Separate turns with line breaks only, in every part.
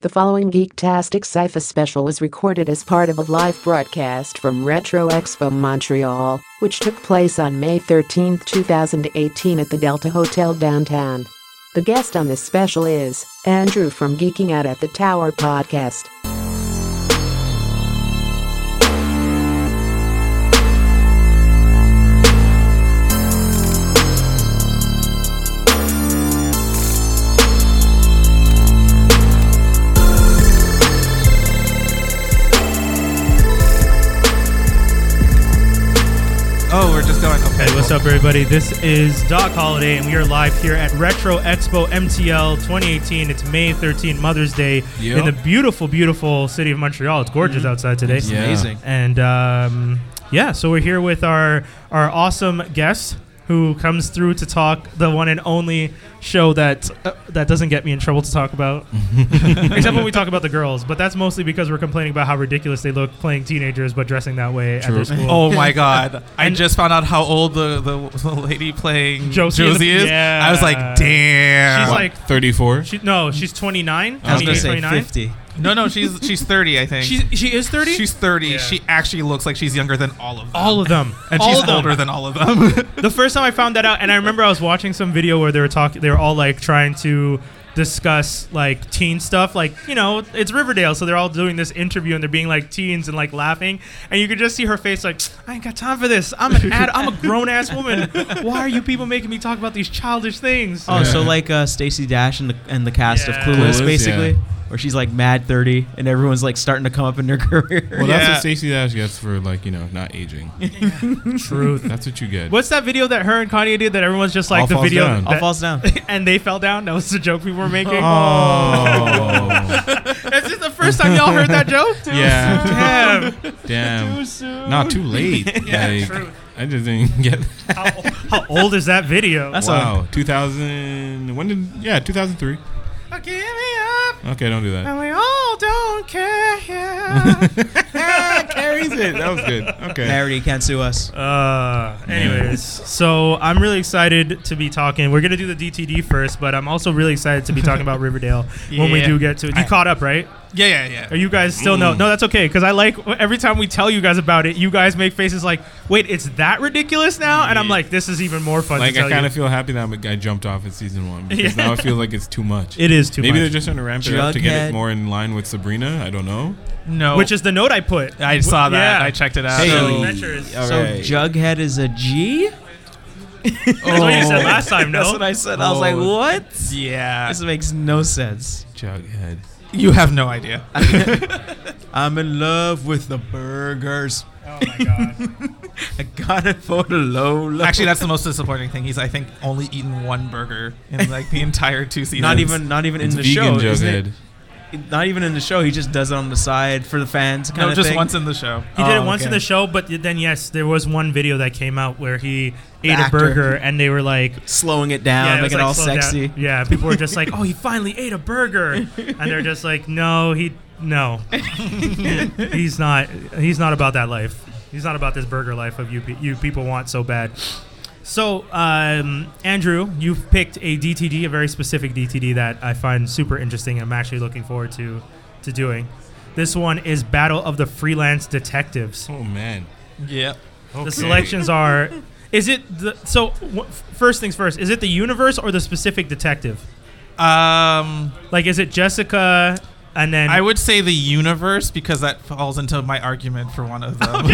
The following Geektastic Cypher special was recorded as part of a live broadcast from Retro Expo Montreal, which took place on May 13, 2018 at the Delta Hotel downtown. The guest on this special is Andrew from Geeking Out at the Tower podcast.
Oh, we're just going. Okay,
Hey, what's up, everybody? This is Doc Holiday, and we are live here at Retro Expo MTL 2018. It's May 13, Mother's Day,
Yep. Mm-hmm.
in the beautiful, beautiful city of Montreal. It's gorgeous outside today.
It's amazing.
And um, yeah, so we're here with our our awesome guest who comes through to talk the one and only show that uh, that doesn't get me in trouble to talk about, except when we talk about the girls. But that's mostly because we're complaining about how ridiculous they look playing teenagers but dressing that way at their school.
Oh my god! I just found out how old the, the, the lady playing
Josie
Josie,
in the-
is. I was like,
Yeah.
damn.
She's like
34.
She, no, she's 29.
I was gonna
28,
say
29.
fifty.
no, no, she's she's thirty, I think.
She's, she is 30?
she's thirty.
Yeah.
She actually looks like she's younger than all of them.
all of them.
and
all
she's
of them.
older than all of them.
The first time I found that out, and I remember I was watching some video where they were talking, they were all like trying to discuss like teen stuff like you know it's riverdale so they're all doing this interview and they're being like teens and like laughing and you could just see her face like i ain't got time for this i'm an ad- i'm a grown-ass woman why are you people making me talk about these childish things
Oh, so like uh, Stacy Dash and the and the cast
Yeah.
of Clueless,
Clueless,
basically,
yeah.
where she's like mad thirty, and everyone's like starting to come up in their career.
Well,
Yeah.
that's what Stacey Dash gets for like you know not aging.
truth
That's what you get.
what's that video that her and kanye did that everyone's just like
All
the
Falls
video
Down.
that-
All falls down.
and they fell down that was the joke we were making
Oh,
Is this the first time y'all heard that joke?
yeah.
Damn.
Damn. Not too late. like, I just didn't get.
How, how old is that video?
That's all.
Wow. 2000. When did? Yeah, 2003.
Give me up,
Okay, don't do that.
and we all don't care.
Ah, Carries it. That was good. Okay.
Parody can't sue us.
uh, anyways, so I'm really excited to be talking. We're gonna do the DTD first, but I'm also really excited to be talking about Riverdale when we
Yeah.
do get to it. You caught up, right?
yeah, yeah, yeah.
Are you guys still no? No, that's okay because I like every time we tell you guys about it, you guys make faces like, "Wait, it's that ridiculous now?" And I'm like, "This is even more fun."
Like
to tell
I kind
you.
of feel happy that I'm- I jumped off at season one because
Yeah.
now I feel like it's too much.
it is too
Maybe they're
much,
just trying to ramp it up to get
Jughead.
it more in line with Sabrina. I don't know.
no,
which is the note I put.
I saw that.
Yeah.
I checked it out.
Hey.
So
So-
adventures. That's
So Jughead is a G.
Oh. what you said last time, no?
That's what I said. I was like,
Oh.
what?
yeah,
This makes no sense.
Jughead.
you have no idea.
I'm in love with the burgers.
oh my god.
I got it for the low. low.
Actually, that's the most disappointing thing. He's I think only eaten one burger in like the entire two seasons.
not even not even in
It's
the
vegan
show. isn't it?
Jughead.
Not even in the show. He just does it on the side for the fans. Kind
No,
of
just
thing.
once in the show.
He did
Oh,
it once in
okay.
the show, but then yes, there was one video that came out where he ate a
actor.
burger and they were like
slowing it down,
yeah, it was,
making it
like,
all
slowed down.
sexy.
Yeah, people were just like, "Oh, he finally ate a burger." And they're just like, "No, he no. he's not he's not about that life. He's not about this burger life of you pe- you people want so bad." So, um, Andrew, you've picked a DTD, a very specific DTD that I find super interesting. and I'm actually looking forward to to doing. This one is Battle of the Freelance Detectives.
Oh man.
Yeah.
The
Okay.
selections are is it the so wh- first things first, is it the universe or the specific detective?
Um,
Like is it Jessica and then
I would say the universe because that falls into my argument for one of them.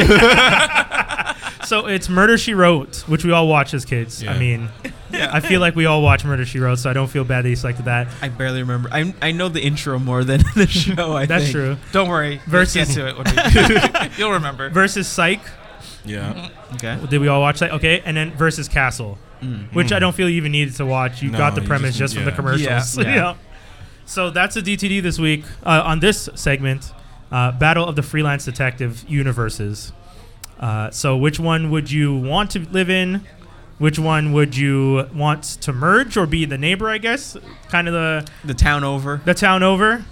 so it's Murder She Wrote, which we all watch as kids. I
Yeah.
mean, I feel like we all watch Murder She Wrote, so I don't feel bad that you selected that.
I barely remember. I, I know the intro more than the show. I
That's
think.
true.
Don't worry.
Versus-
Versus. Get to it. when we- You'll remember.
Versus Psych,
Yeah.
Okay.
did we all watch that? Okay, and then versus Castle,
Mm-hmm.
which I don't feel you even needed to watch. You
No,
got the
you
premise just,
just-
from the
yeah.
commercials.
Yeah. Yeah.
So that's the DTD this week. Uh, on this segment, uh, Battle of the Freelance Detective Universes. Uh, so, which one would you want to live in? Which one would you want to merge or be the neighbor? I guess, kind of the
The town over.
the town over.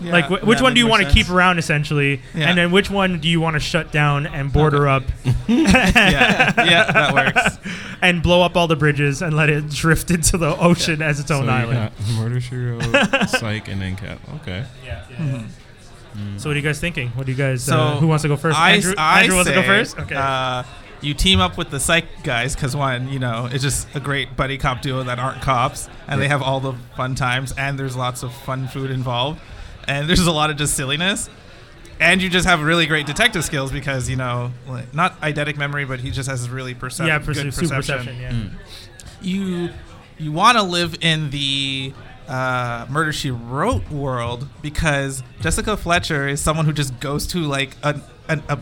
Yeah.
like, wh- which
that
one
makes
do you
more
want to
sense.
keep around essentially,
Yeah.
and then which one do you want to shut down and border up
yeah, yeah, that works.
and blow up all the bridges and let it drift into the ocean as its
So
own
you
island?
got murder, she wrote, psych, and then cat. Okay.
Yeah. Mm-hmm. So what are you guys thinking? What do you guys?
So
uh, who wants to go first?
I,
Andrew,
I
Andrew wants to go
say,
first. Okay.
Uh, you team up with the psych guys because one, you know, it's just a great buddy cop duo that aren't cops, and they have all the fun times, and there's lots of fun food involved, and there's a lot of just silliness, and you just have really great detective skills because you know, like, not eidetic memory, but he just has this really percep-
yeah,
good
perce- super perception. Yeah.
Mm.
you you want to live in the uh, Murder She Wrote world because Jessica Fletcher is someone who just goes to like an an, a,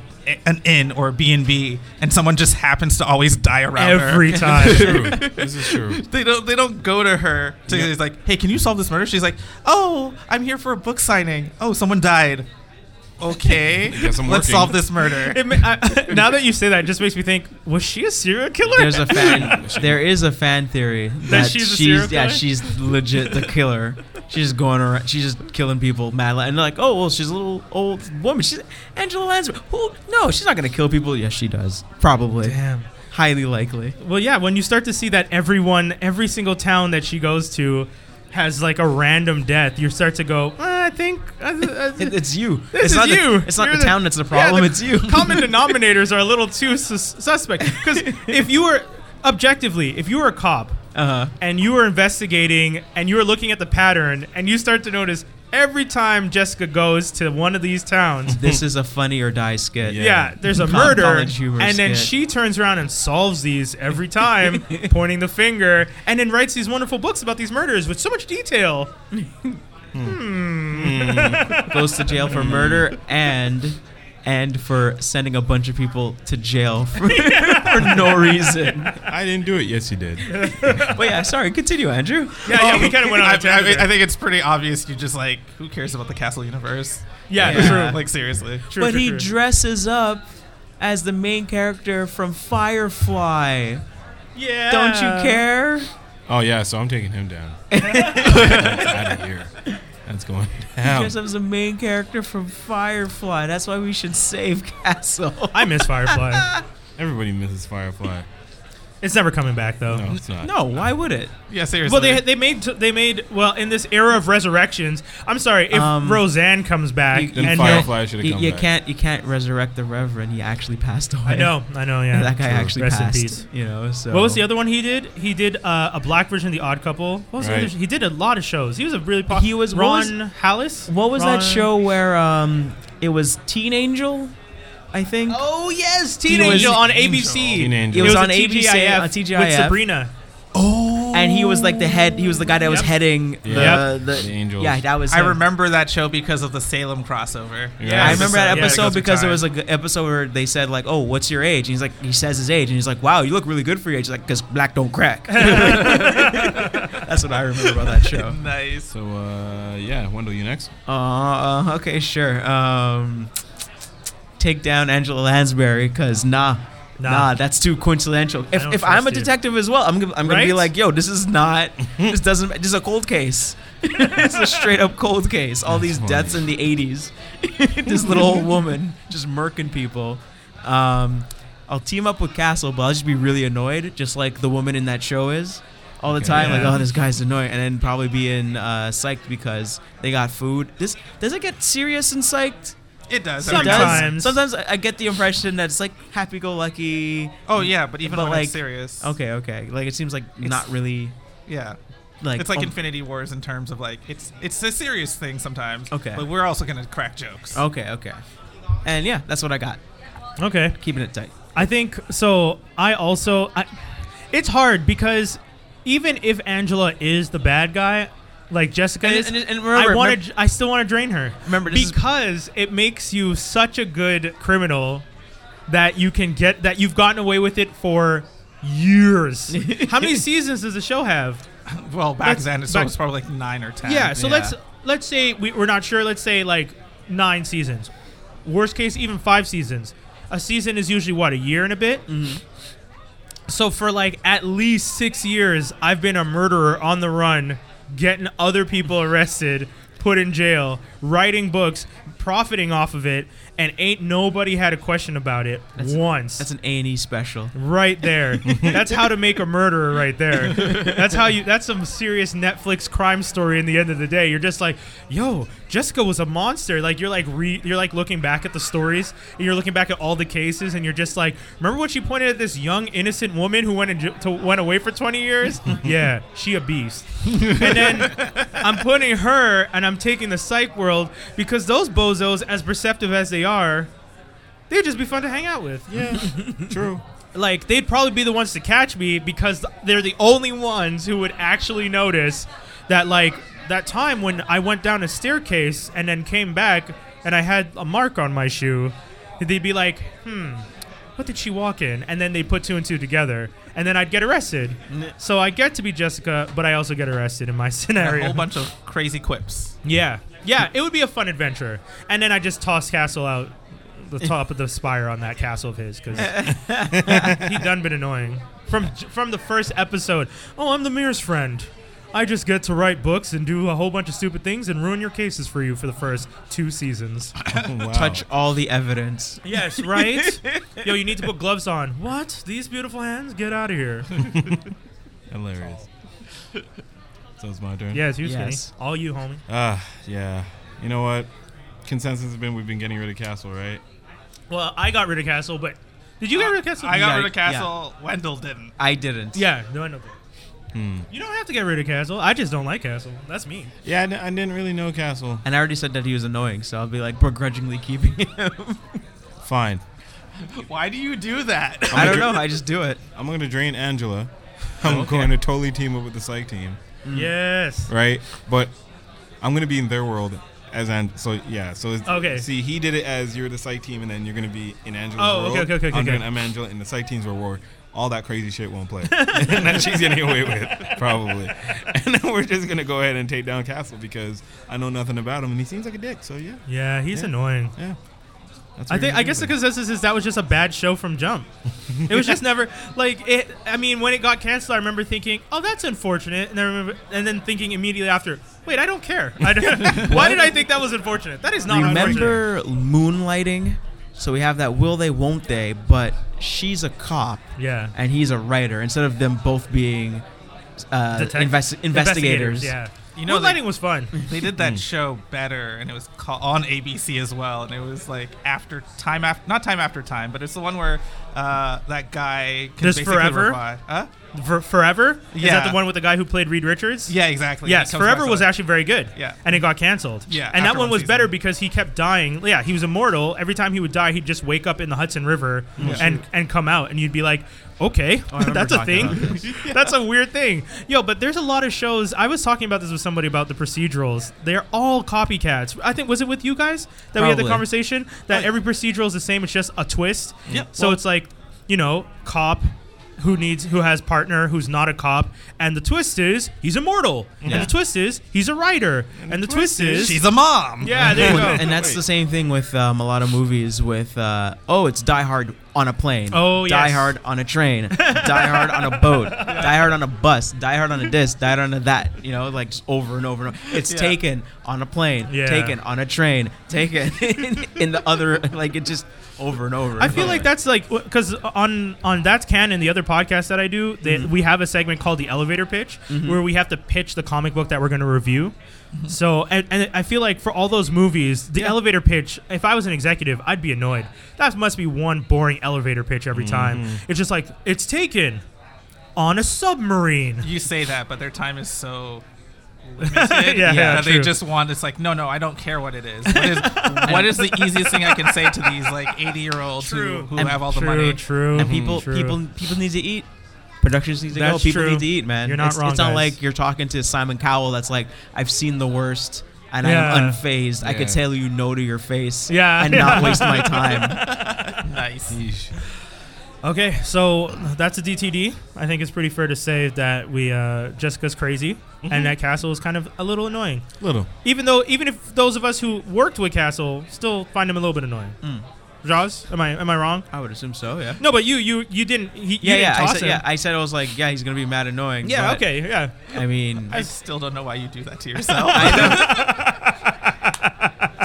an inn or a B and B, and someone just happens to always die around
Every
her.
time.
True. This is true.
They don't. They don't go to her. To,
Yeah.
It's like, hey, can you solve this murder? She's like, oh, I'm here for a book signing. Oh, someone died. Okay,
Guess I'm
let's
working.
solve this murder.
It ma- I- now that you say that, it just makes me think: Was she a serial killer?
There's a fan. there is a fan theory that,
she's a serial
yeah
killer?
she's legit the killer. She's just going around. She's just killing people madly, and they're like, oh well, she's a little old woman. She's Angela Lansbury. Who? No, she's not gonna kill people. Yes, she does. Probably.
Damn.
Highly likely.
Well, yeah, when you start to see that everyone, every single town that she goes to has like a random death, you start to go, "Uh, I think. I th- uh, I th-
It, it's you.
This
it's
is
not
you.
The, it's not
You're
the, town that's the
yeah,
problem. it's you.
Common denominators are a little too sus- suspect. Because if you were, objectively, if you were a cop
Uh huh.
and you were investigating and you were looking at the pattern and you start to notice every time Jessica goes to one of these towns,
This is a funny or die skit.
Yeah.
yeah, there's a
Com-
murder, and
college humor
then
skit.
she turns around and solves these every time, pointing the finger, and then writes these wonderful books about these murders with so much detail.
Goes to jail for murder and and for sending a bunch of people to jail for, for no reason.
I didn't do it. Yes, you did.
Wait, yeah, sorry. Continue, Andrew.
Yeah, yeah, we kind of went on
Oh. I,
a tangent.
I- I think it's pretty obvious. You just like, who cares about the castle universe?
yeah,
Yeah.
true.
Like seriously.
True,
but
true,
he
true.
dresses up as the main character from Firefly.
yeah.
Don't you care?
Oh yeah, so I'm taking him down. out of here. That's going
He
down.
dresses up as the main character from Firefly. That's why we should save Castle.
I miss Firefly.
Everybody misses Firefly.
it's never coming back though.
No, it's not.
No, why would it?
Yeah, seriously.
Well, they, they made they made well in this era of resurrections. I'm sorry if
Um,
Roseanne comes back
you-
Then
and he'll-
Firefly should have
You,
come
you
back.
can't you can't resurrect the Reverend. He actually passed away.
I know, I know, yeah.
that guy
True.
actually
Rest in
passed.
peace.
You know. So
What was the other one he did? He did uh, a black version of The Odd Couple. What was the
Right.
other sh- He did a lot of shows. He was a really popular.
He was- what
Ron Hallis.
What was
Ron-
that show where um it was Teen Angel? I think.
Oh yes, Teen
He was-
Angel on ABC.
Teen Angel.
It was
a
on ABC,
TGIF
on
with
TGIF.
Sabrina.
and he was like the head. He was the guy that was
Yep.
heading the,
Yep.
the
The angels.
Yeah, that was.
I
him.
remember that show because of the Salem crossover.
Yeah.
I
Yes.
remember that
Yeah,
episode
goes with
because there
time.
was like an episode where they said like, "Oh, what's your age?" And he's like, he says his age, and he's like, "Wow, you look really good for your age." He's like, "Cause black don't crack." That's what I remember about that show.
Nice.
So uh, yeah, Wendell, you next.
Uh, uh, okay, sure. Um, take down Angela Lansbury, cause nah,
Nah.
nah, that's too coincidental. If,
don't
if I'm a
trust you.
detective as well, I'm gonna, I'm gonna be
Right?
like, yo, this is not, this doesn't, this is a cold case. it's a straight up cold case. All these
funny.
deaths in the '80s. this little old woman just murking people. Um, I'll team up with Castle, but I'll just be really annoyed, just like the woman in that show is. All the time,
Yeah.
like, oh, this guy's annoying, and then probably being uh, psyched because they got food. This does it get serious and psyched?
It does.
It does.
Sometimes.
sometimes I I get the impression that it's like happy-go-lucky.
Oh yeah, but even
But,
when
like,
it's serious.
Okay, okay, like it seems like not really
Yeah.
like
it's like
um,
oh,
Infinity Wars in terms of like it's it's a serious thing sometimes.
Okay.
But we're also gonna crack jokes.
Oh.
okay, okay, and yeah, that's what I got.
Okay.
Keeping it tight.
I think so. I also, I, it's hard because even if Angela is the bad guy, like Jessica
And-
is,
and- and remember-
I want
remember-
to, I still want to drain her.
Remember, this is-
because it makes you such a good criminal that you can get that you've gotten away with it for years. How many seasons does the show have?
Well, back
Let's-
then it's
back-
was probably like nine or ten.
Yeah. So let's let's say we, we're not sure. Let's say like nine seasons. Worst case, even five seasons. A season is usually what a year and a bit. So for like at least six years, I've been a murderer on the run, getting other people arrested put in jail, writing books, profiting off of it, and ain't nobody had a question about it
That's-
once.
That's an A and E special.
right there. that's how to make a murderer right there. That's how you that's some serious Netflix crime story in the end of the day. You're just like, "Yo, Jessica was a monster." Like you're like re, you're like looking back at the stories, and you're looking back at all the cases and you're just like, "Remember what she pointed at this young innocent woman who went in, j- to, went away for 20 years? yeah, she a beast." and then I'm putting her and I'm taking the psych world because those bozos as perceptive as they are, they'd just be fun to hang out with
Yeah, true.
like they'd probably be the ones to catch me because they're the only ones who would actually notice that like that time when I went down a staircase and then came back and I had a mark on my shoe, they'd be like, "Hmm, what did she walk in?" And then they put two and two together, and then I'd get arrested. So I get to be Jessica, but I also get arrested in my
A
scenario.
whole bunch of crazy quips.
Yeah, yeah, it would be a fun adventure. And then I just toss Castle out the top of the spire on that castle of his because he done been annoying from from the first episode. Oh, I'm the mirror's friend. I just get to write books and do a whole bunch of stupid things and ruin your cases for you for the first two seasons.
wow.
Touch all the evidence.
Yes, right? Yo, you need to put gloves on. What? These beautiful hands? Get out of here.
Hilarious. so it's my turn.
Yes, you
Yes.
skinny. All you, homie.
Ah, yeah. You know what? Consensus has been we've been getting rid of Castle, right?
Well, I got rid of Castle, but did you get rid of Castle?
I got
Yeah,
rid of Castle. Wendell didn't.
I didn't.
Yeah, no, I know that.
Hmm.
You don't have to get rid of Castle. I just don't like Castle. That's me.
Yeah, I d- I didn't really know Castle.
And I already said that he was annoying, so I'll be like begrudgingly keeping him.
Fine.
Why do you do that?
I don't know. I just do it.
I'm going to drain Angela.
Oh,
I'm going to totally team up with the psych team,
Yes.
right? But I'm going to be in their world as and so yeah. So it's,
Okay.
See, he did it as you're the psych team, and then you're going to be in Angela's
Oh,
world.
okay, okay, okay, okay,
I'm
okay.
doing- I'm Angela, and the psych team's reward. All that crazy shit won't play, and that she's getting away with probably. And then we're just gonna go ahead and take down Castle because I know nothing about him, and he seems like a dick. So yeah,
Yeah, he's
Yeah.
annoying.
yeah. That's
I
what
think
we're
I guess the
gonna do.
consensus is that was just a bad show from Jump. It was just never like it. I mean, when it got canceled, I remember thinking, "Oh, that's unfortunate," and I remember, and then thinking immediately after, "Wait, I don't care. I don't- why did I think that was unfortunate? That is not unfortunate."
Remember moonlighting? So we have that will they, won't they? But she's a cop
Yeah,
and he's a writer. Instead of them both being uh,
Detec-
investi- investigators.
Yeah,
You know,
lighting
they,
was fun.
they did that show better, and it was called, on ABC as well. And it was like after time after not time after time, but it's the one where uh, that guy can
This
basically
Forever?
revive- Huh?
For, Forever is that
Yeah.
the one with the guy who played Reed Richards?
Yeah, exactly.
Yes,
He comes
Forever
back
was
to-
actually very good.
Yeah.
And it got canceled.
Yeah,
And that
after
one
one
was
season.
better because he kept dying. Yeah, he was immortal. Every time he would die, he'd just wake up in the Hudson River and, and come out. And you'd be like, okay, that's a
Oh, talking
thing. That's a weird thing. Yo, but there's a lot of shows. I was talking about this with somebody about the procedurals. They're all copycats. I think, was it with you guys that we had the
Probably.
conversation? That every procedural is the same, it's just a twist.
Yep.
So it's like, you know, cop who needs who has partner who's not a cop, and the twist is he's immortal, and
Yeah.
the twist is he's a writer, and, the twist, is
She's a mom.
yeah, there you
With-
go.
and that's the same thing with um, a lot of movies with uh, oh it's die hard on a plane
Oh,
die
yes.
hard on a train die hard on a boat die hard on a bus die hard on a this die hard on a that you know like just over and over and over it's taken on a plane
Yeah.
taken on a train taken in the other like it just over and over
I feel like that's like because on on that's can and the other podcast that I do, they,
Mm-hmm.
we have a segment called the elevator pitch where we have to pitch the comic book that we're going to review.
Mm-hmm.
So and, and I feel like for all those movies, the elevator pitch. If I was an executive, I'd be annoyed. That must be one boring elevator pitch every time.
Mm-hmm.
It's just like it's taken on a submarine.
You say that, but their time is so limited
Yeah,
that
yeah,
they
true.
just want. It's like, no, no, I don't care what it is. What is, what is the easiest thing I can say to these like eighty year olds who,
True.
who
And
have all the
true,
money?
true.
and people
true.
people people need to eat Productions need to
That's
go. People
true.
need to eat, man.
You're not
it's,
wrong,
It's not
guys.
like you're talking to Simon Cowell. That's like I've seen the worst, and
Yeah.
I'm unfazed. I could
Yeah.
tell you no to your face,
Yeah.
and not waste my time.
Nice.
Yeesh.
Okay, so that's a DTD. I think it's pretty fair to say that we uh, Jessica's crazy,
Mm-hmm.
and that Castle is kind of a little annoying.
Little.
Mm.
Even though, even if those of us who worked with Castle still find him a little bit annoying. Jaws? Am I am I wrong?
I would assume so. Yeah.
No, but you you you didn't. He, you
Yeah,
didn't
yeah. I
toss
said,
him.
yeah. I said I was like, yeah, he's gonna be mad annoying.
Yeah,
but,
okay, yeah.
I mean,
I still don't know why you do that to yourself.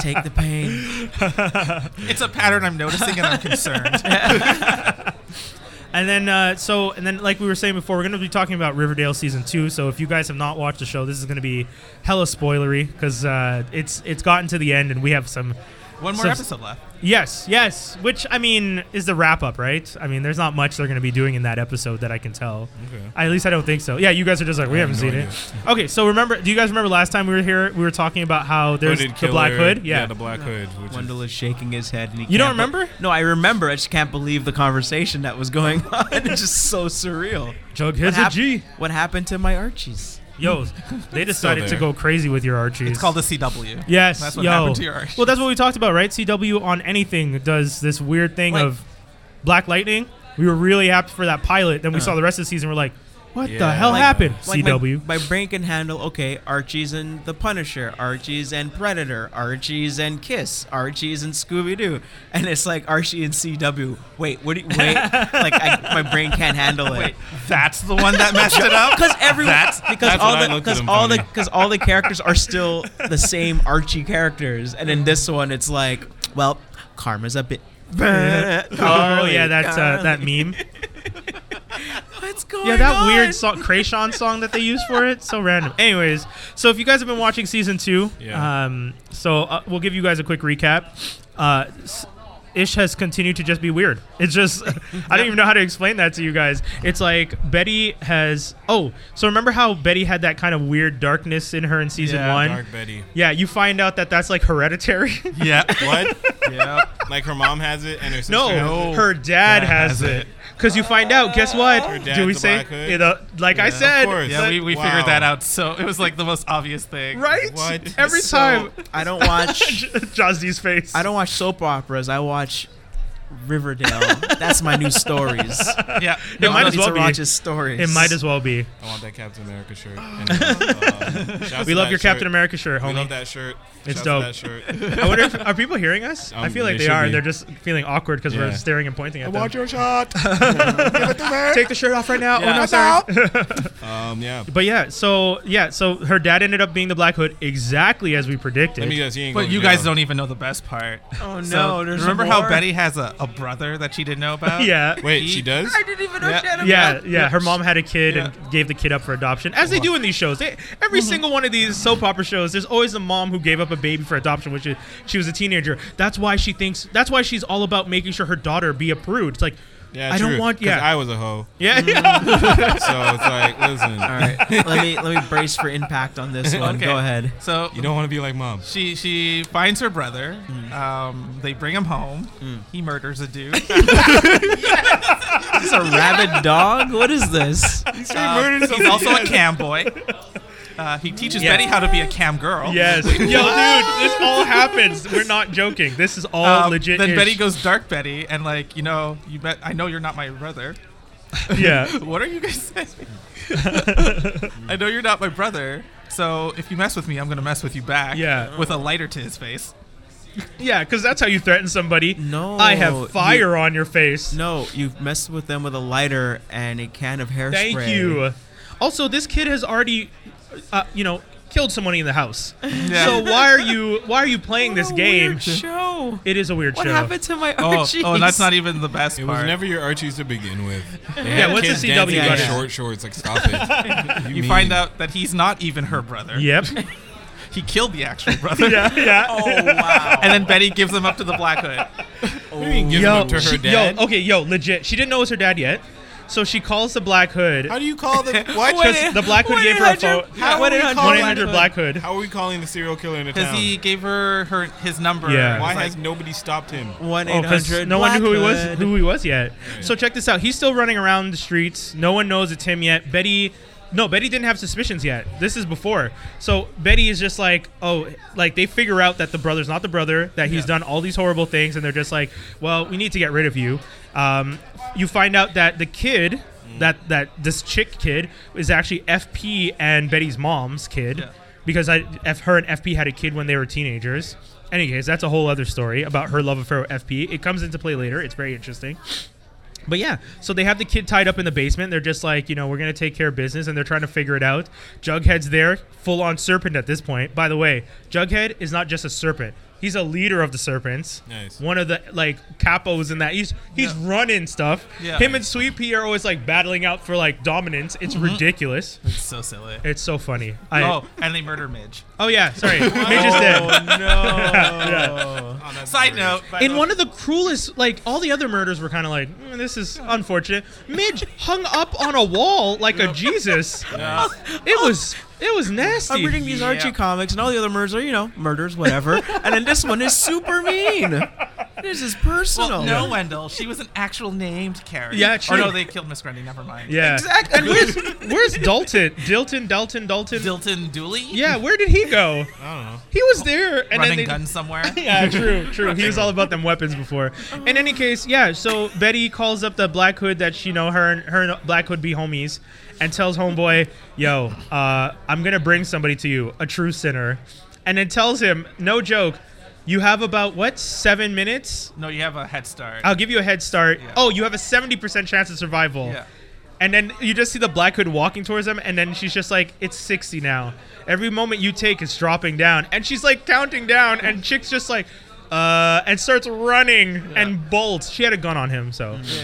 take the pain.
it's a pattern I'm noticing and I'm concerned.
And then uh, so and then like we were saying before, we're going to be talking about Riverdale season two. So if you guys have not watched the show, this is going to be hella spoilery because uh, it's it's gotten to the end and we have some.
One more
So-
episode left.
Yes, yes. Which I mean is the wrap up, right? I mean, there's not much they're going to be doing in that episode that I can tell.
Okay.
I, at least I don't think so. Yeah, you guys are just like we haven't
no
seen it. Okay, so remember? Do you guys remember last time we were here? We were talking about how there's
Hooded
the Black
killer.
Hood.
the Black Hood. Which is,
Wendell is shaking his head, and he
You don't
can't be-
remember?
no, I remember. I just can't believe the conversation that was going on. It's just so surreal.
Jughead's a
hap-
G.
What happened to my Archies?
Yo, they decided to
there.
go crazy with your Archies.
It's called the CW.
Yes,
That's what
yo.
happened to your Archie.
Well, that's what we talked about, right? CW on anything does this weird thing
Like-
of Black Lightning. We were really happy for that pilot. Then we saw the rest of the season. We're like, what the
Uh. Yeah.
hell
Like-
happened?
Like,
CW.
My, my brain can handle. Okay, Archies and the Punisher, Archies and Predator, Archies and Kiss, Archies and Scooby Doo, and it's like Archie and CW. Wait, what? Do you, wait, like I, my brain can't handle it.
That's the one that messed it up.
Because everyone, because
that's
all
what I
the
looked at
because
him
all the
funny.
because all the characters are still the same Archie characters, and in this one, it's like, well, karma's a bit.
oh yeah, that's uh, that meme.
What's going
Yeah, that
on?
weird song, Krayshawn song that they use for it. So random. Anyways, so if you guys have been watching season two,
Yeah.
um, so uh, we'll give you guys a quick recap. Uh, s- Ish has continued to just be weird. It's just, I don't even know how to explain that to you guys. It's like Betty has, oh, so remember how Betty had that kind of weird darkness in her in season
Yeah,
one?
Dark Betty.
Yeah, you find out that that's like hereditary.
yeah.
What? yeah. Like her mom has it and her sister.
no,
has it.
her dad has,
has
it.
it.
Because you find out, guess what?
dad's
Do we
a
say,
Black Hood?
you know, like I
Yeah.
said,
Of course.
Yeah, we, we
Wow.
figured that out. So it was like the most obvious thing.
Right?
What?
Every
So,
time.
I don't watch.
Jazzy's face.
I don't watch soap operas. I watch Riverdale. That's my new stories.
Yeah.
It
No,
might
no,
as well be.
Roger's stories.
It might as well be.
I want that Captain America shirt. And, uh, shouts
We
to
love
that
your Captain
shirt.
America shirt,
We love
homie.
that shirt.
It's
Shouts to
dope.
That shirt.
I wonder if are people hearing us? I
Um,
feel like
they
they
should
are.
be.
They're just feeling awkward because we're
Yeah.
staring and pointing at them.
your shot.
Take the shirt off right now.
Yeah.
Oh no, sorry.
Um, yeah.
But yeah, so yeah, so her dad ended up being the Black Hood exactly as we predicted.
Let me guess. He ain't
But
going
you
to
guys
jail.
don't even know the best part.
Oh no!
So,
there's
remember
more?
how Betty has a, a brother that she didn't know about?
yeah.
Wait,
He-
she does?
I didn't even know
Yeah.
she had a
Yeah,
brother.
yeah. Her mom had a kid
Yeah.
and gave the kid up for adoption, as they do in these shows. They, every single one of these soap opera shows, there's always a mom who gave up a baby for adoption, which is she was a teenager. That's why she thinks. That's why she's all about making sure her daughter be approved. It's like,
Yeah,
I don't
true,
want-
'cause
yeah.
I was a hoe.
yeah, yeah.
So it's like, listen,
All right, let me let me brace for impact on this one.
Okay.
Go ahead.
So
you don't want to be like mom.
she she finds her brother. Um, they bring him home. He murders a dude.
Is this a rabid dog? What is this?
Um, he's also a cam boy. Uh, he teaches Betty how to be a cam girl.
yes, yo, dude, this all happens. We're not joking. This is all
Um,
legit.
Then Betty goes dark Betty and like you know you bet I know you're not my brother.
yeah,
What are you guys saying? I know you're not my brother. So if you mess with me, I'm gonna mess with you back.
Yeah.
With a lighter to his face.
yeah, because that's how you threaten somebody.
No,
I have
you-
fire on your face.
No, you've messed with them with a lighter and a can of hairspray.
Thank you. Also, this kid has already, uh, you know, killed somebody in the house.
Yeah.
So why are you why are you playing this game?
show.
It is a weird
What
show.
happened to my
Oh,
Archie?
oh, and that's not even the best
It
part.
was never your Archie's to begin with. They
Yeah,
had
what's a
kids
CW
dancing in
buddy?
Short shorts, like stop it.
you
mean?
find out that he's not even her brother.
Yep.
He killed the actual brother.
yeah. Yeah.
Oh wow.
And then Betty gives him up to the Black Hood.
What do you mean give them up to her
she-
dad?
yo. Okay. Yo. Legit. She didn't know it was her dad yet, so she calls the Black Hood
How do you call the what?
What
because the Black Hood gave her a phone.
1-800
How
What
are we
did
calling
One
it
eight hundred Black Hood.
How are we calling the serial killer in a
Because
town?
he gave her, her his number.
Yeah.
Why
It's like,
has nobody stopped him?
One
Oh,
eight
'cause
hundred.
no one knew who he was. Who he was yet. So check this out. He's still running around the streets. No one knows it's him yet. Betty, no, Betty didn't have suspicions yet. This is before. So Betty is just like, oh, like they figure out that the brother's not the brother. That he's done all these horrible things, and they're just like, well, we need to get rid of you. Um, you find out that the kid.
Mm.
That, that this chick kid is actually FP and Betty's mom's kid
Yeah.
because I F her and FP had a kid when they were teenagers. Any case, that's a whole other story about her love affair with FP. It comes into play later. It's very interesting. But yeah, so they have the kid tied up in the basement. They're just like, you know, we're gonna take care of business, and they're trying to figure it out. Jughead's there, full on serpent at this point. By the way, Jughead is not just a serpent; he's a leader of the serpents.
Nice.
One of the like capos in that. He's he's running stuff.
Yeah.
Him and Sweet Pea are always like battling out for like dominance. It's ridiculous.
It's so silly.
It's so funny. I,
Mm-hmm. oh, and they murder Midge.
oh yeah, sorry, Midge is
Oh.
dead.
no. Side note.
in one of the cruelest like all the other murders were kind of like "Mm, this is unfortunate midge hung up on a wall like a jesus it was it was nasty
I'm reading these
Yeah.
Archie comics, and all the other murders are, you know, murders, whatever. and then this one is super mean. This is personal.
Well, no, Wendell. She was an actual named character.
Yeah,
Or
true.
no, they killed Miss Grundy. Never mind.
yeah
Exactly.
and where's where's dalton dilton dalton dalton
Dilton Dooley.
yeah where did he go
I don't know.
he was there and
Running
then they,
guns somewhere.
yeah, true, true. He was all about them weapons before. In any case, yeah. So Betty calls up the Black Hood that she know her and her and Black Hood be homies, and tells homeboy, "Yo, uh, I'm gonna bring somebody to you, a true sinner," and then tells him, no joke, you have about what seven minutes?
No, you have a head start.
I'll give you a head start.
Yeah.
Oh, you have a seventy percent chance of survival.
Yeah.
And then you just see the Black Hood walking towards them, and then she's just like, "It's 60 now. Every moment you take is dropping down." And she's like counting down, and Chick's just like, "Uh," and starts running and bolts. She had a gun on him, so
Yeah.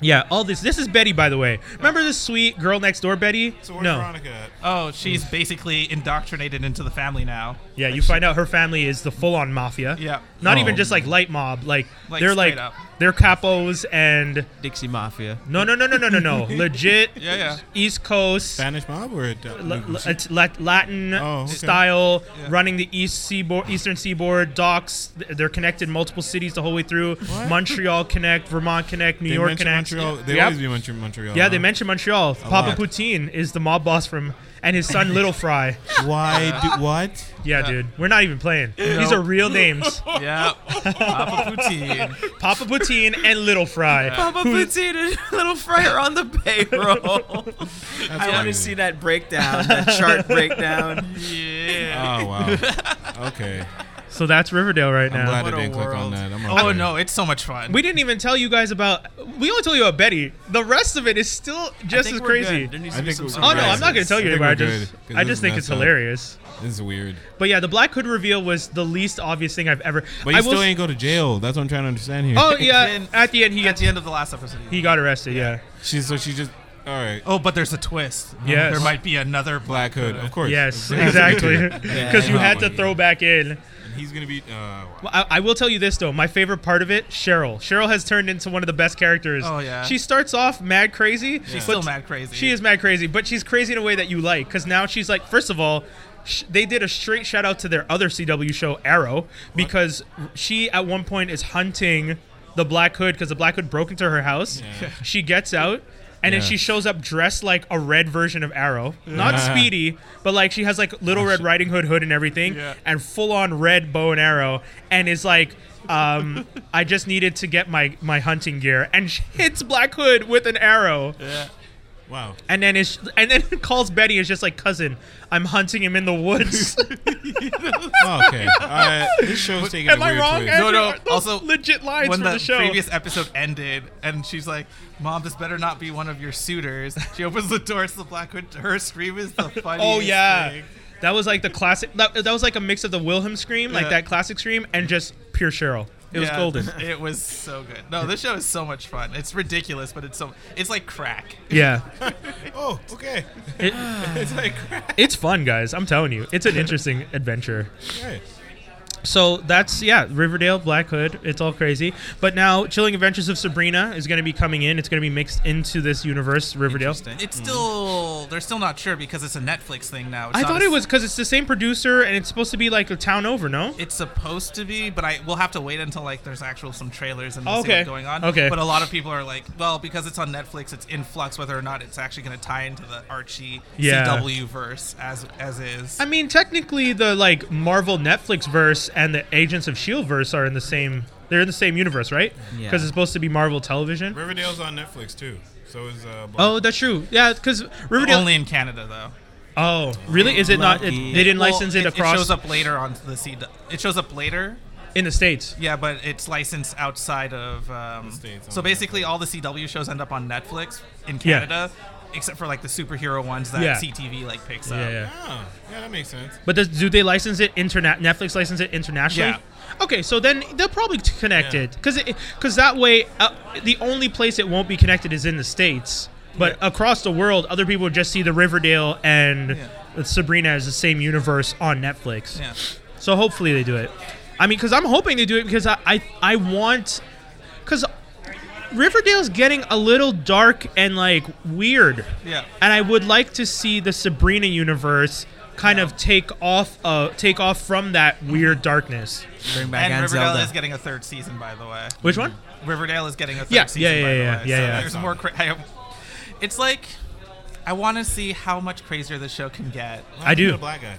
yeah. All this. This is Betty, by the way. Remember the sweet girl next door, Betty?
So where's
no.
Veronica at?
Oh, she's basically indoctrinated into the family now.
Yeah, you find out her family is the full-on mafia.
Yeah.
Not
Oh.
even just like light mob. Like,
Like,
they're
straight
like
up.
they're capos and
Dixie Mafia.
no, no, no, no, no, no, no. Legit.
Yeah, yeah.
East Coast.
Spanish mob or at,
La- la- it's Lat- Latin
Mm-hmm. Oh, okay.
style,
Yeah.
running the east seaboard, eastern seaboard docks. Th- They're connected multiple cities the whole way through. Montreal connect, Vermont connect, New
they
York
mention
connect.
Montreal. They
Yep.
always be mention Montreal.
yeah,
huh?
they mentioned Montreal. Papa
lot.
Poutine is the mob boss from, and his son Little Fry.
Why? Do, what?
Yeah, dude, we're not even playing. These are real names:
Yeah. Papa Poutine.
Papa Poutine and Little Fry.
Papa
Who-
Poutine and Little Fry are on the payroll. I want to
funny.
see that breakdown, that chart breakdown.
Yeah.
Oh wow. Okay.
So that's Riverdale right
I'm
now.
glad I
What a
didn't click on
world.
that. I'm
Oh
okay.
no, it's so much fun.
We didn't even tell you guys about. We only told you about Betty. The rest of it is still
I
just
think
as
we're
crazy.
good. There needs
I
to be
think
some
we're good.
Oh no, I'm not gonna
Racist.
tell you
I think
anymore. I
we're
just,
good, 'cause
I
this
just
is
think it's
messed up.
hilarious.
This is weird.
But yeah, the Black Hood reveal was the least obvious thing I've ever.
But you
I will
still
s-
ain't go to jail. That's what I'm trying to understand here.
Oh yeah,
Then-
at the end he
at
gets
the end of the last episode.
he got arrested. Yeah,
She's so she just. All right.
Oh, but there's a twist.
Yes.
There might be another black.
Black Hood, of course.
yes, exactly. Because you had to throw back in.
He's gonna be. Uh, wow.
Well, I, I will tell you this though, my favorite part of it, Cheryl. Cheryl has turned into one of the best characters.
Oh, yeah.
She starts off mad crazy. She's
still mad crazy.
She is mad crazy, but she's crazy in a way that you like, because now she's like, first of all. sh- They did a straight shout out to their other CW show Arrow because she at one point is hunting the Black Hood because the Black Hood broke into her house. She gets out and then
Yeah.
she shows up dressed like a red version of Arrow, not
Yeah.
Speedy, but like she has like Little Red Riding Hood hood and everything,
Yeah.
and full on red bow and arrow, and is like, um, I just needed to get my my hunting gear, and she hits Black Hood with an arrow,
Wow.
and then is and then calls Betty is just like, cousin, I'm hunting him in the woods.
Oh, okay. All right. This show's taking.
Am
a
I
weird
wrong?
Twist.
No,
Andrew?
no,
Are those
also,
legit lines
when
from the,
the
show.
previous episode ended, and she's like, "Mom, this better not be one of your suitors." She opens the door to the black hood. Her scream is the funniest.
oh yeah.
thing.
That was like the classic. That, that was like a mix of the Wilhelm scream, like
Yeah.
that classic scream, and just pure Cheryl. It was
Yeah,
golden.
It was so good. No, this show is so much fun. It's ridiculous, but it's so it's like crack.
Yeah,
Oh, okay.
It's like crack.
it's fun, guys. I'm telling you, it's an interesting adventure.
All right.
So that's yeah, Riverdale, Black Hood, it's all crazy. But now Chilling Adventures of Sabrina is going to be coming in. It's going to be mixed into this universe, Riverdale.
It's still they're still not sure because it's a Netflix thing now. It's
Mm. I
not
thought
a-
it was because it's the same producer and it's supposed to be like a town over, no?
It's supposed to be, but I we'll have to wait until like there's actual some trailers and we'll see
Okay.
what's going on.
Okay.
But a lot of people are like, well, because it's on Netflix, it's in flux whether or not it's actually going to tie into the Archie
Yeah.
CW verse as as is.
I mean, technically, the like Marvel Netflix verse and the Agents of Shield E verse are in the same. They're in the same universe, right? Because
Yeah.
it's supposed to be Marvel Television.
Riverdale's on Netflix too. So is uh. Black
Oh, that's true. Yeah, because Riverdale.
Only in Canada though.
Oh, really? Is it not? It,
Lucky.
they didn't
Well,
license
it-
it across
It shows up later on the C. It shows up later.
in the states.
Yeah, but it's licensed outside of. Um,
States,
so
okay.
basically, all the CW shows end up on Netflix in
Yeah.
Canada, except for like the superhero ones that
Yeah.
CTV like picks
Yeah,
up.
yeah.
Oh, yeah, that makes sense.
But does, do they license it internet? Netflix license it internationally.
Yeah.
Okay, so then they're probably t- connected
Yeah.
because because that way uh, the only place it won't be connected is in the states. But across the world, other people just see the Riverdale and Sabrina as the same universe on Netflix.
Yeah.
So hopefully they do it. I mean, because I'm hoping they do it because I I, I want because Riverdale's getting a little dark and like weird.
Yeah.
And I would like to see the Sabrina universe kind of take off uh take off from that weird darkness.
Bring back
And
and
Riverdale
Zelda.
is getting a third season, by the way.
Which one?
Riverdale is getting a third
Yeah,
season.
yeah,
by the
yeah,
way,
yeah, yeah,
so
yeah.
There's more. Cra- I, it's like I want to see how much crazier the show can get.
I do.
The black guy.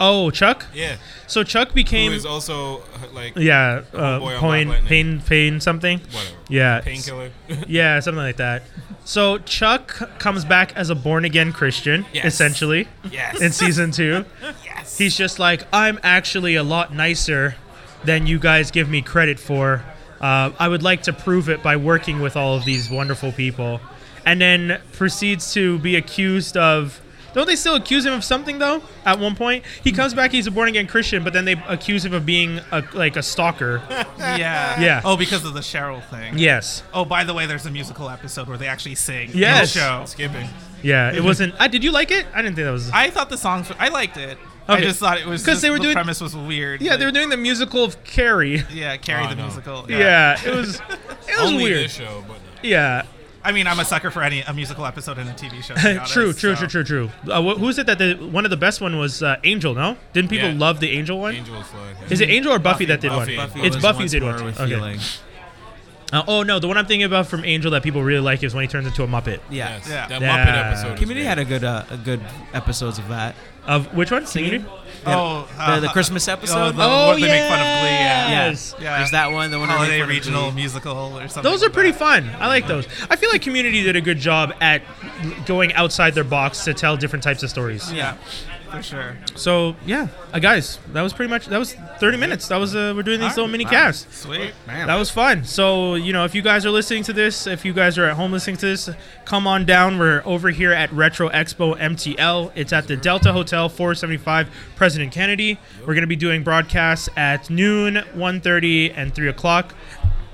Oh, Chuck.
Yeah.
So Chuck
Who
became
is also uh, like
yeah, uh,
Homeboy on
pain,
Black Lightning.
pain, pain, something.
whatever.
Yeah,
Painkiller.
yeah, something like that. So Chuck comes back as a born again Christian,
Yes.
essentially,
yes.
in season two.
yes.
He's just like, I'm actually a lot nicer than you guys give me credit for. Uh, I would like to prove it by working with all of these wonderful people. And then proceeds to be accused of. Don't they still accuse him of something though? At one point, he comes back. He's a born again Christian, but then they accuse him of being a, like a stalker.
Yeah.
Yeah.
Oh, because of the Cheryl thing.
Yes.
Oh, by the way, there's a musical episode where they actually sing. in
Yes.
the show.
skipping.
Yeah. It wasn't. I, did you like it? I didn't think that was.
I thought the songs. Were, I liked it. I
Okay.
just thought it was
'Cause
because
they were
the
doing-
premise was weird.
yeah, they were doing the musical of Carrie.
Yeah, carry
Oh,
the
no.
musical.
Yeah. It was. It was
Only
weird.
this show, but uh, no.
Yeah.
I mean, I'm a sucker for any a musical episode in a TV show. to be honest,
true, true,
so.
true, true, true, Uh, wh- who is it that the one of the best one was uh, Angel? No, didn't people
Yeah.
love the Angel one?
Angel Flood.
Is it Angel or Buffy, that did
Buffy.
one?
Buffy
it's
was
Buffy
once
who did
more
one.
with
Okay.
feeling.
Uh, oh no, the one I'm thinking about from Angel that people really like is when he turns into a Muppet.
Yeah.
Yes.
Yeah.
That
Yeah.
Muppet episode. was
Community
great.
had a good uh, a good episodes of that.
Of which one? Singing?
Oh, uh,
the, Uh-huh. the Christmas episode.
oh, the
Oh,
one they make fun of Glee. Yeah.
yeah.
yes.
Yeah.
There's that one. The one where they
Holiday
make fun of
regional
Glee.
musical or something.
Those are
like
pretty
that.
fun. I like those. I feel like Community did a good job at going outside their box to tell different types of stories.
Yeah, for sure.
So yeah, uh, guys, that was pretty much that was 30 minutes. That was uh, we're doing these little mini casts.
Sweet.
That was fun. So, you know, if you guys are listening to this, if you guys are at home listening to this, come on down. We're over here at Retro Expo MTL. It's at the Delta Hotel, 475 President Kennedy. We're going to be doing broadcasts at noon, 1.30, and 3 o'clock.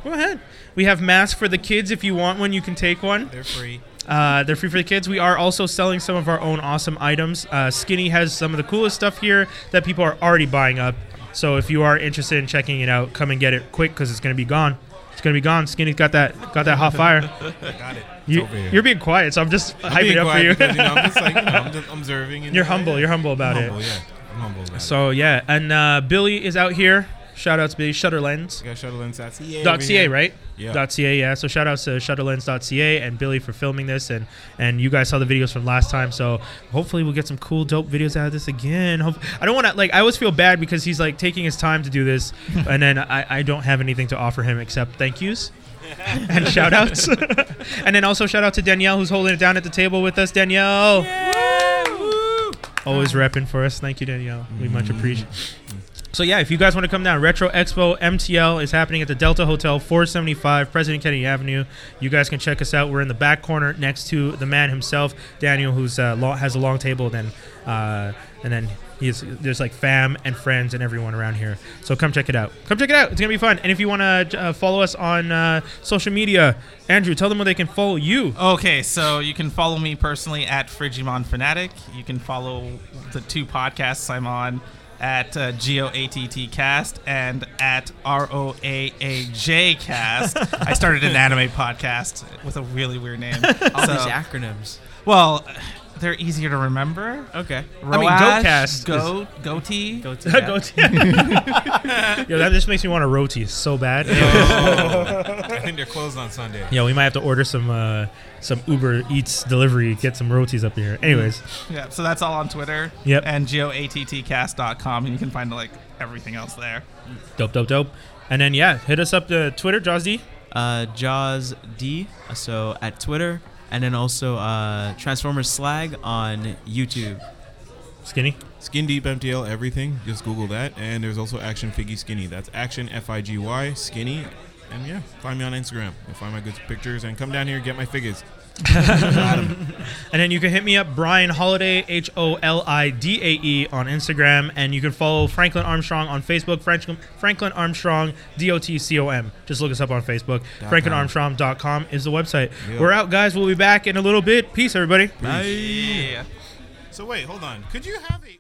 Go ahead. We have masks for the kids. If you want one, you can take one.
They're free.
Uh, they're free for the kids. We are also selling some of our own awesome items. Uh, Skinny has some of the coolest stuff here that people are already buying up. So if you are interested in checking it out, come and get it quick because it's gonna be gone. It's gonna be gone. Skinny's got that got that hot fire.
Got it.
You,
over here.
you're being quiet, so I'm just
I'm
hyping
being
it up for
quiet
you.
because, you know, I'm just like you know, I'm just observing. And
you're humble. You're humble
I'm
about
humble.
it.
Yeah. I'm humble. About it.
So yeah, and uh, Billy is out here. Shout out to Billy Shutterlens.
Got shuttle inside. CA
Dot
over
.ca,
here.
right?
Yeah.
Dot .ca, yeah. So shout outs to shutterlens.ca and Billy for filming this, and and you guys saw the videos from last time. So hopefully we'll get some cool, dope videos out of this again. Hope- I don't want to like I always feel bad because he's like taking his time to do this, and then I, I don't have anything to offer him except thank yous. and shout outs. and then also shout out to Danielle who's holding it down at the table with us. Danielle. Always repping for us. Thank you, Danielle. We much
Mm.
appreciate so yeah, if you guys want to come down, Retro Expo MTL is happening at the Delta Hotel, 475 President Kennedy Avenue. You guys can check us out. We're in the back corner next to the man himself, Daniel, who's uh, lo- has a long table. Then, uh, and then he's there's like fam and friends and everyone around here. So come check it out. Come check it out. It's gonna be fun. And if you want to uh, follow us on uh, social media, Andrew, tell them where they can follow you.
Okay, so you can follow me personally at Frigimon Fanatic. You can follow the two podcasts I'm on at uh, GeoATT Cast and at ROAAJ Cast. I started an anime podcast with a really weird name.
All
So-
these acronyms.
well, they're easier to remember.
Okay.
mean,
Roash,
Goatcast
Go, Goatee.
Go to
Go to- Yo, that just makes me want to roti so bad.
Oh, I think they're closed on Sunday.
Yeah, we might have to order some uh, some Uber Eats delivery, get some rotis up here. Anyways,
Yeah, so that's all on Twitter.
Yep.
And geoattcast.com, and you can find like everything else there.
dope, dope, dope. And then yeah, hit us up to Twitter, Jaws D.
uh, Jaws D. So at Twitter, and then also uh, Transformers Slag on YouTube.
Skinny.
Skin Deep MTL everything. Just Google that. And there's also Action Figgy Skinny. That's Action F I G Y Skinny. And yeah, find me on Instagram. You'll find my good pictures and come down here and get my figures.
And then you can hit me up, Brian Holiday, H O L I D A E, on Instagram. And you can follow Franklin Armstrong on Facebook, Frank- Franklin Armstrong, D O T C O M. Just look us up on Facebook. FranklinArmstrong.com is the website.
Yeah.
We're out, guys. We'll be back in a little bit. Peace, everybody.
Yeah.
So wait, hold on. Could you have a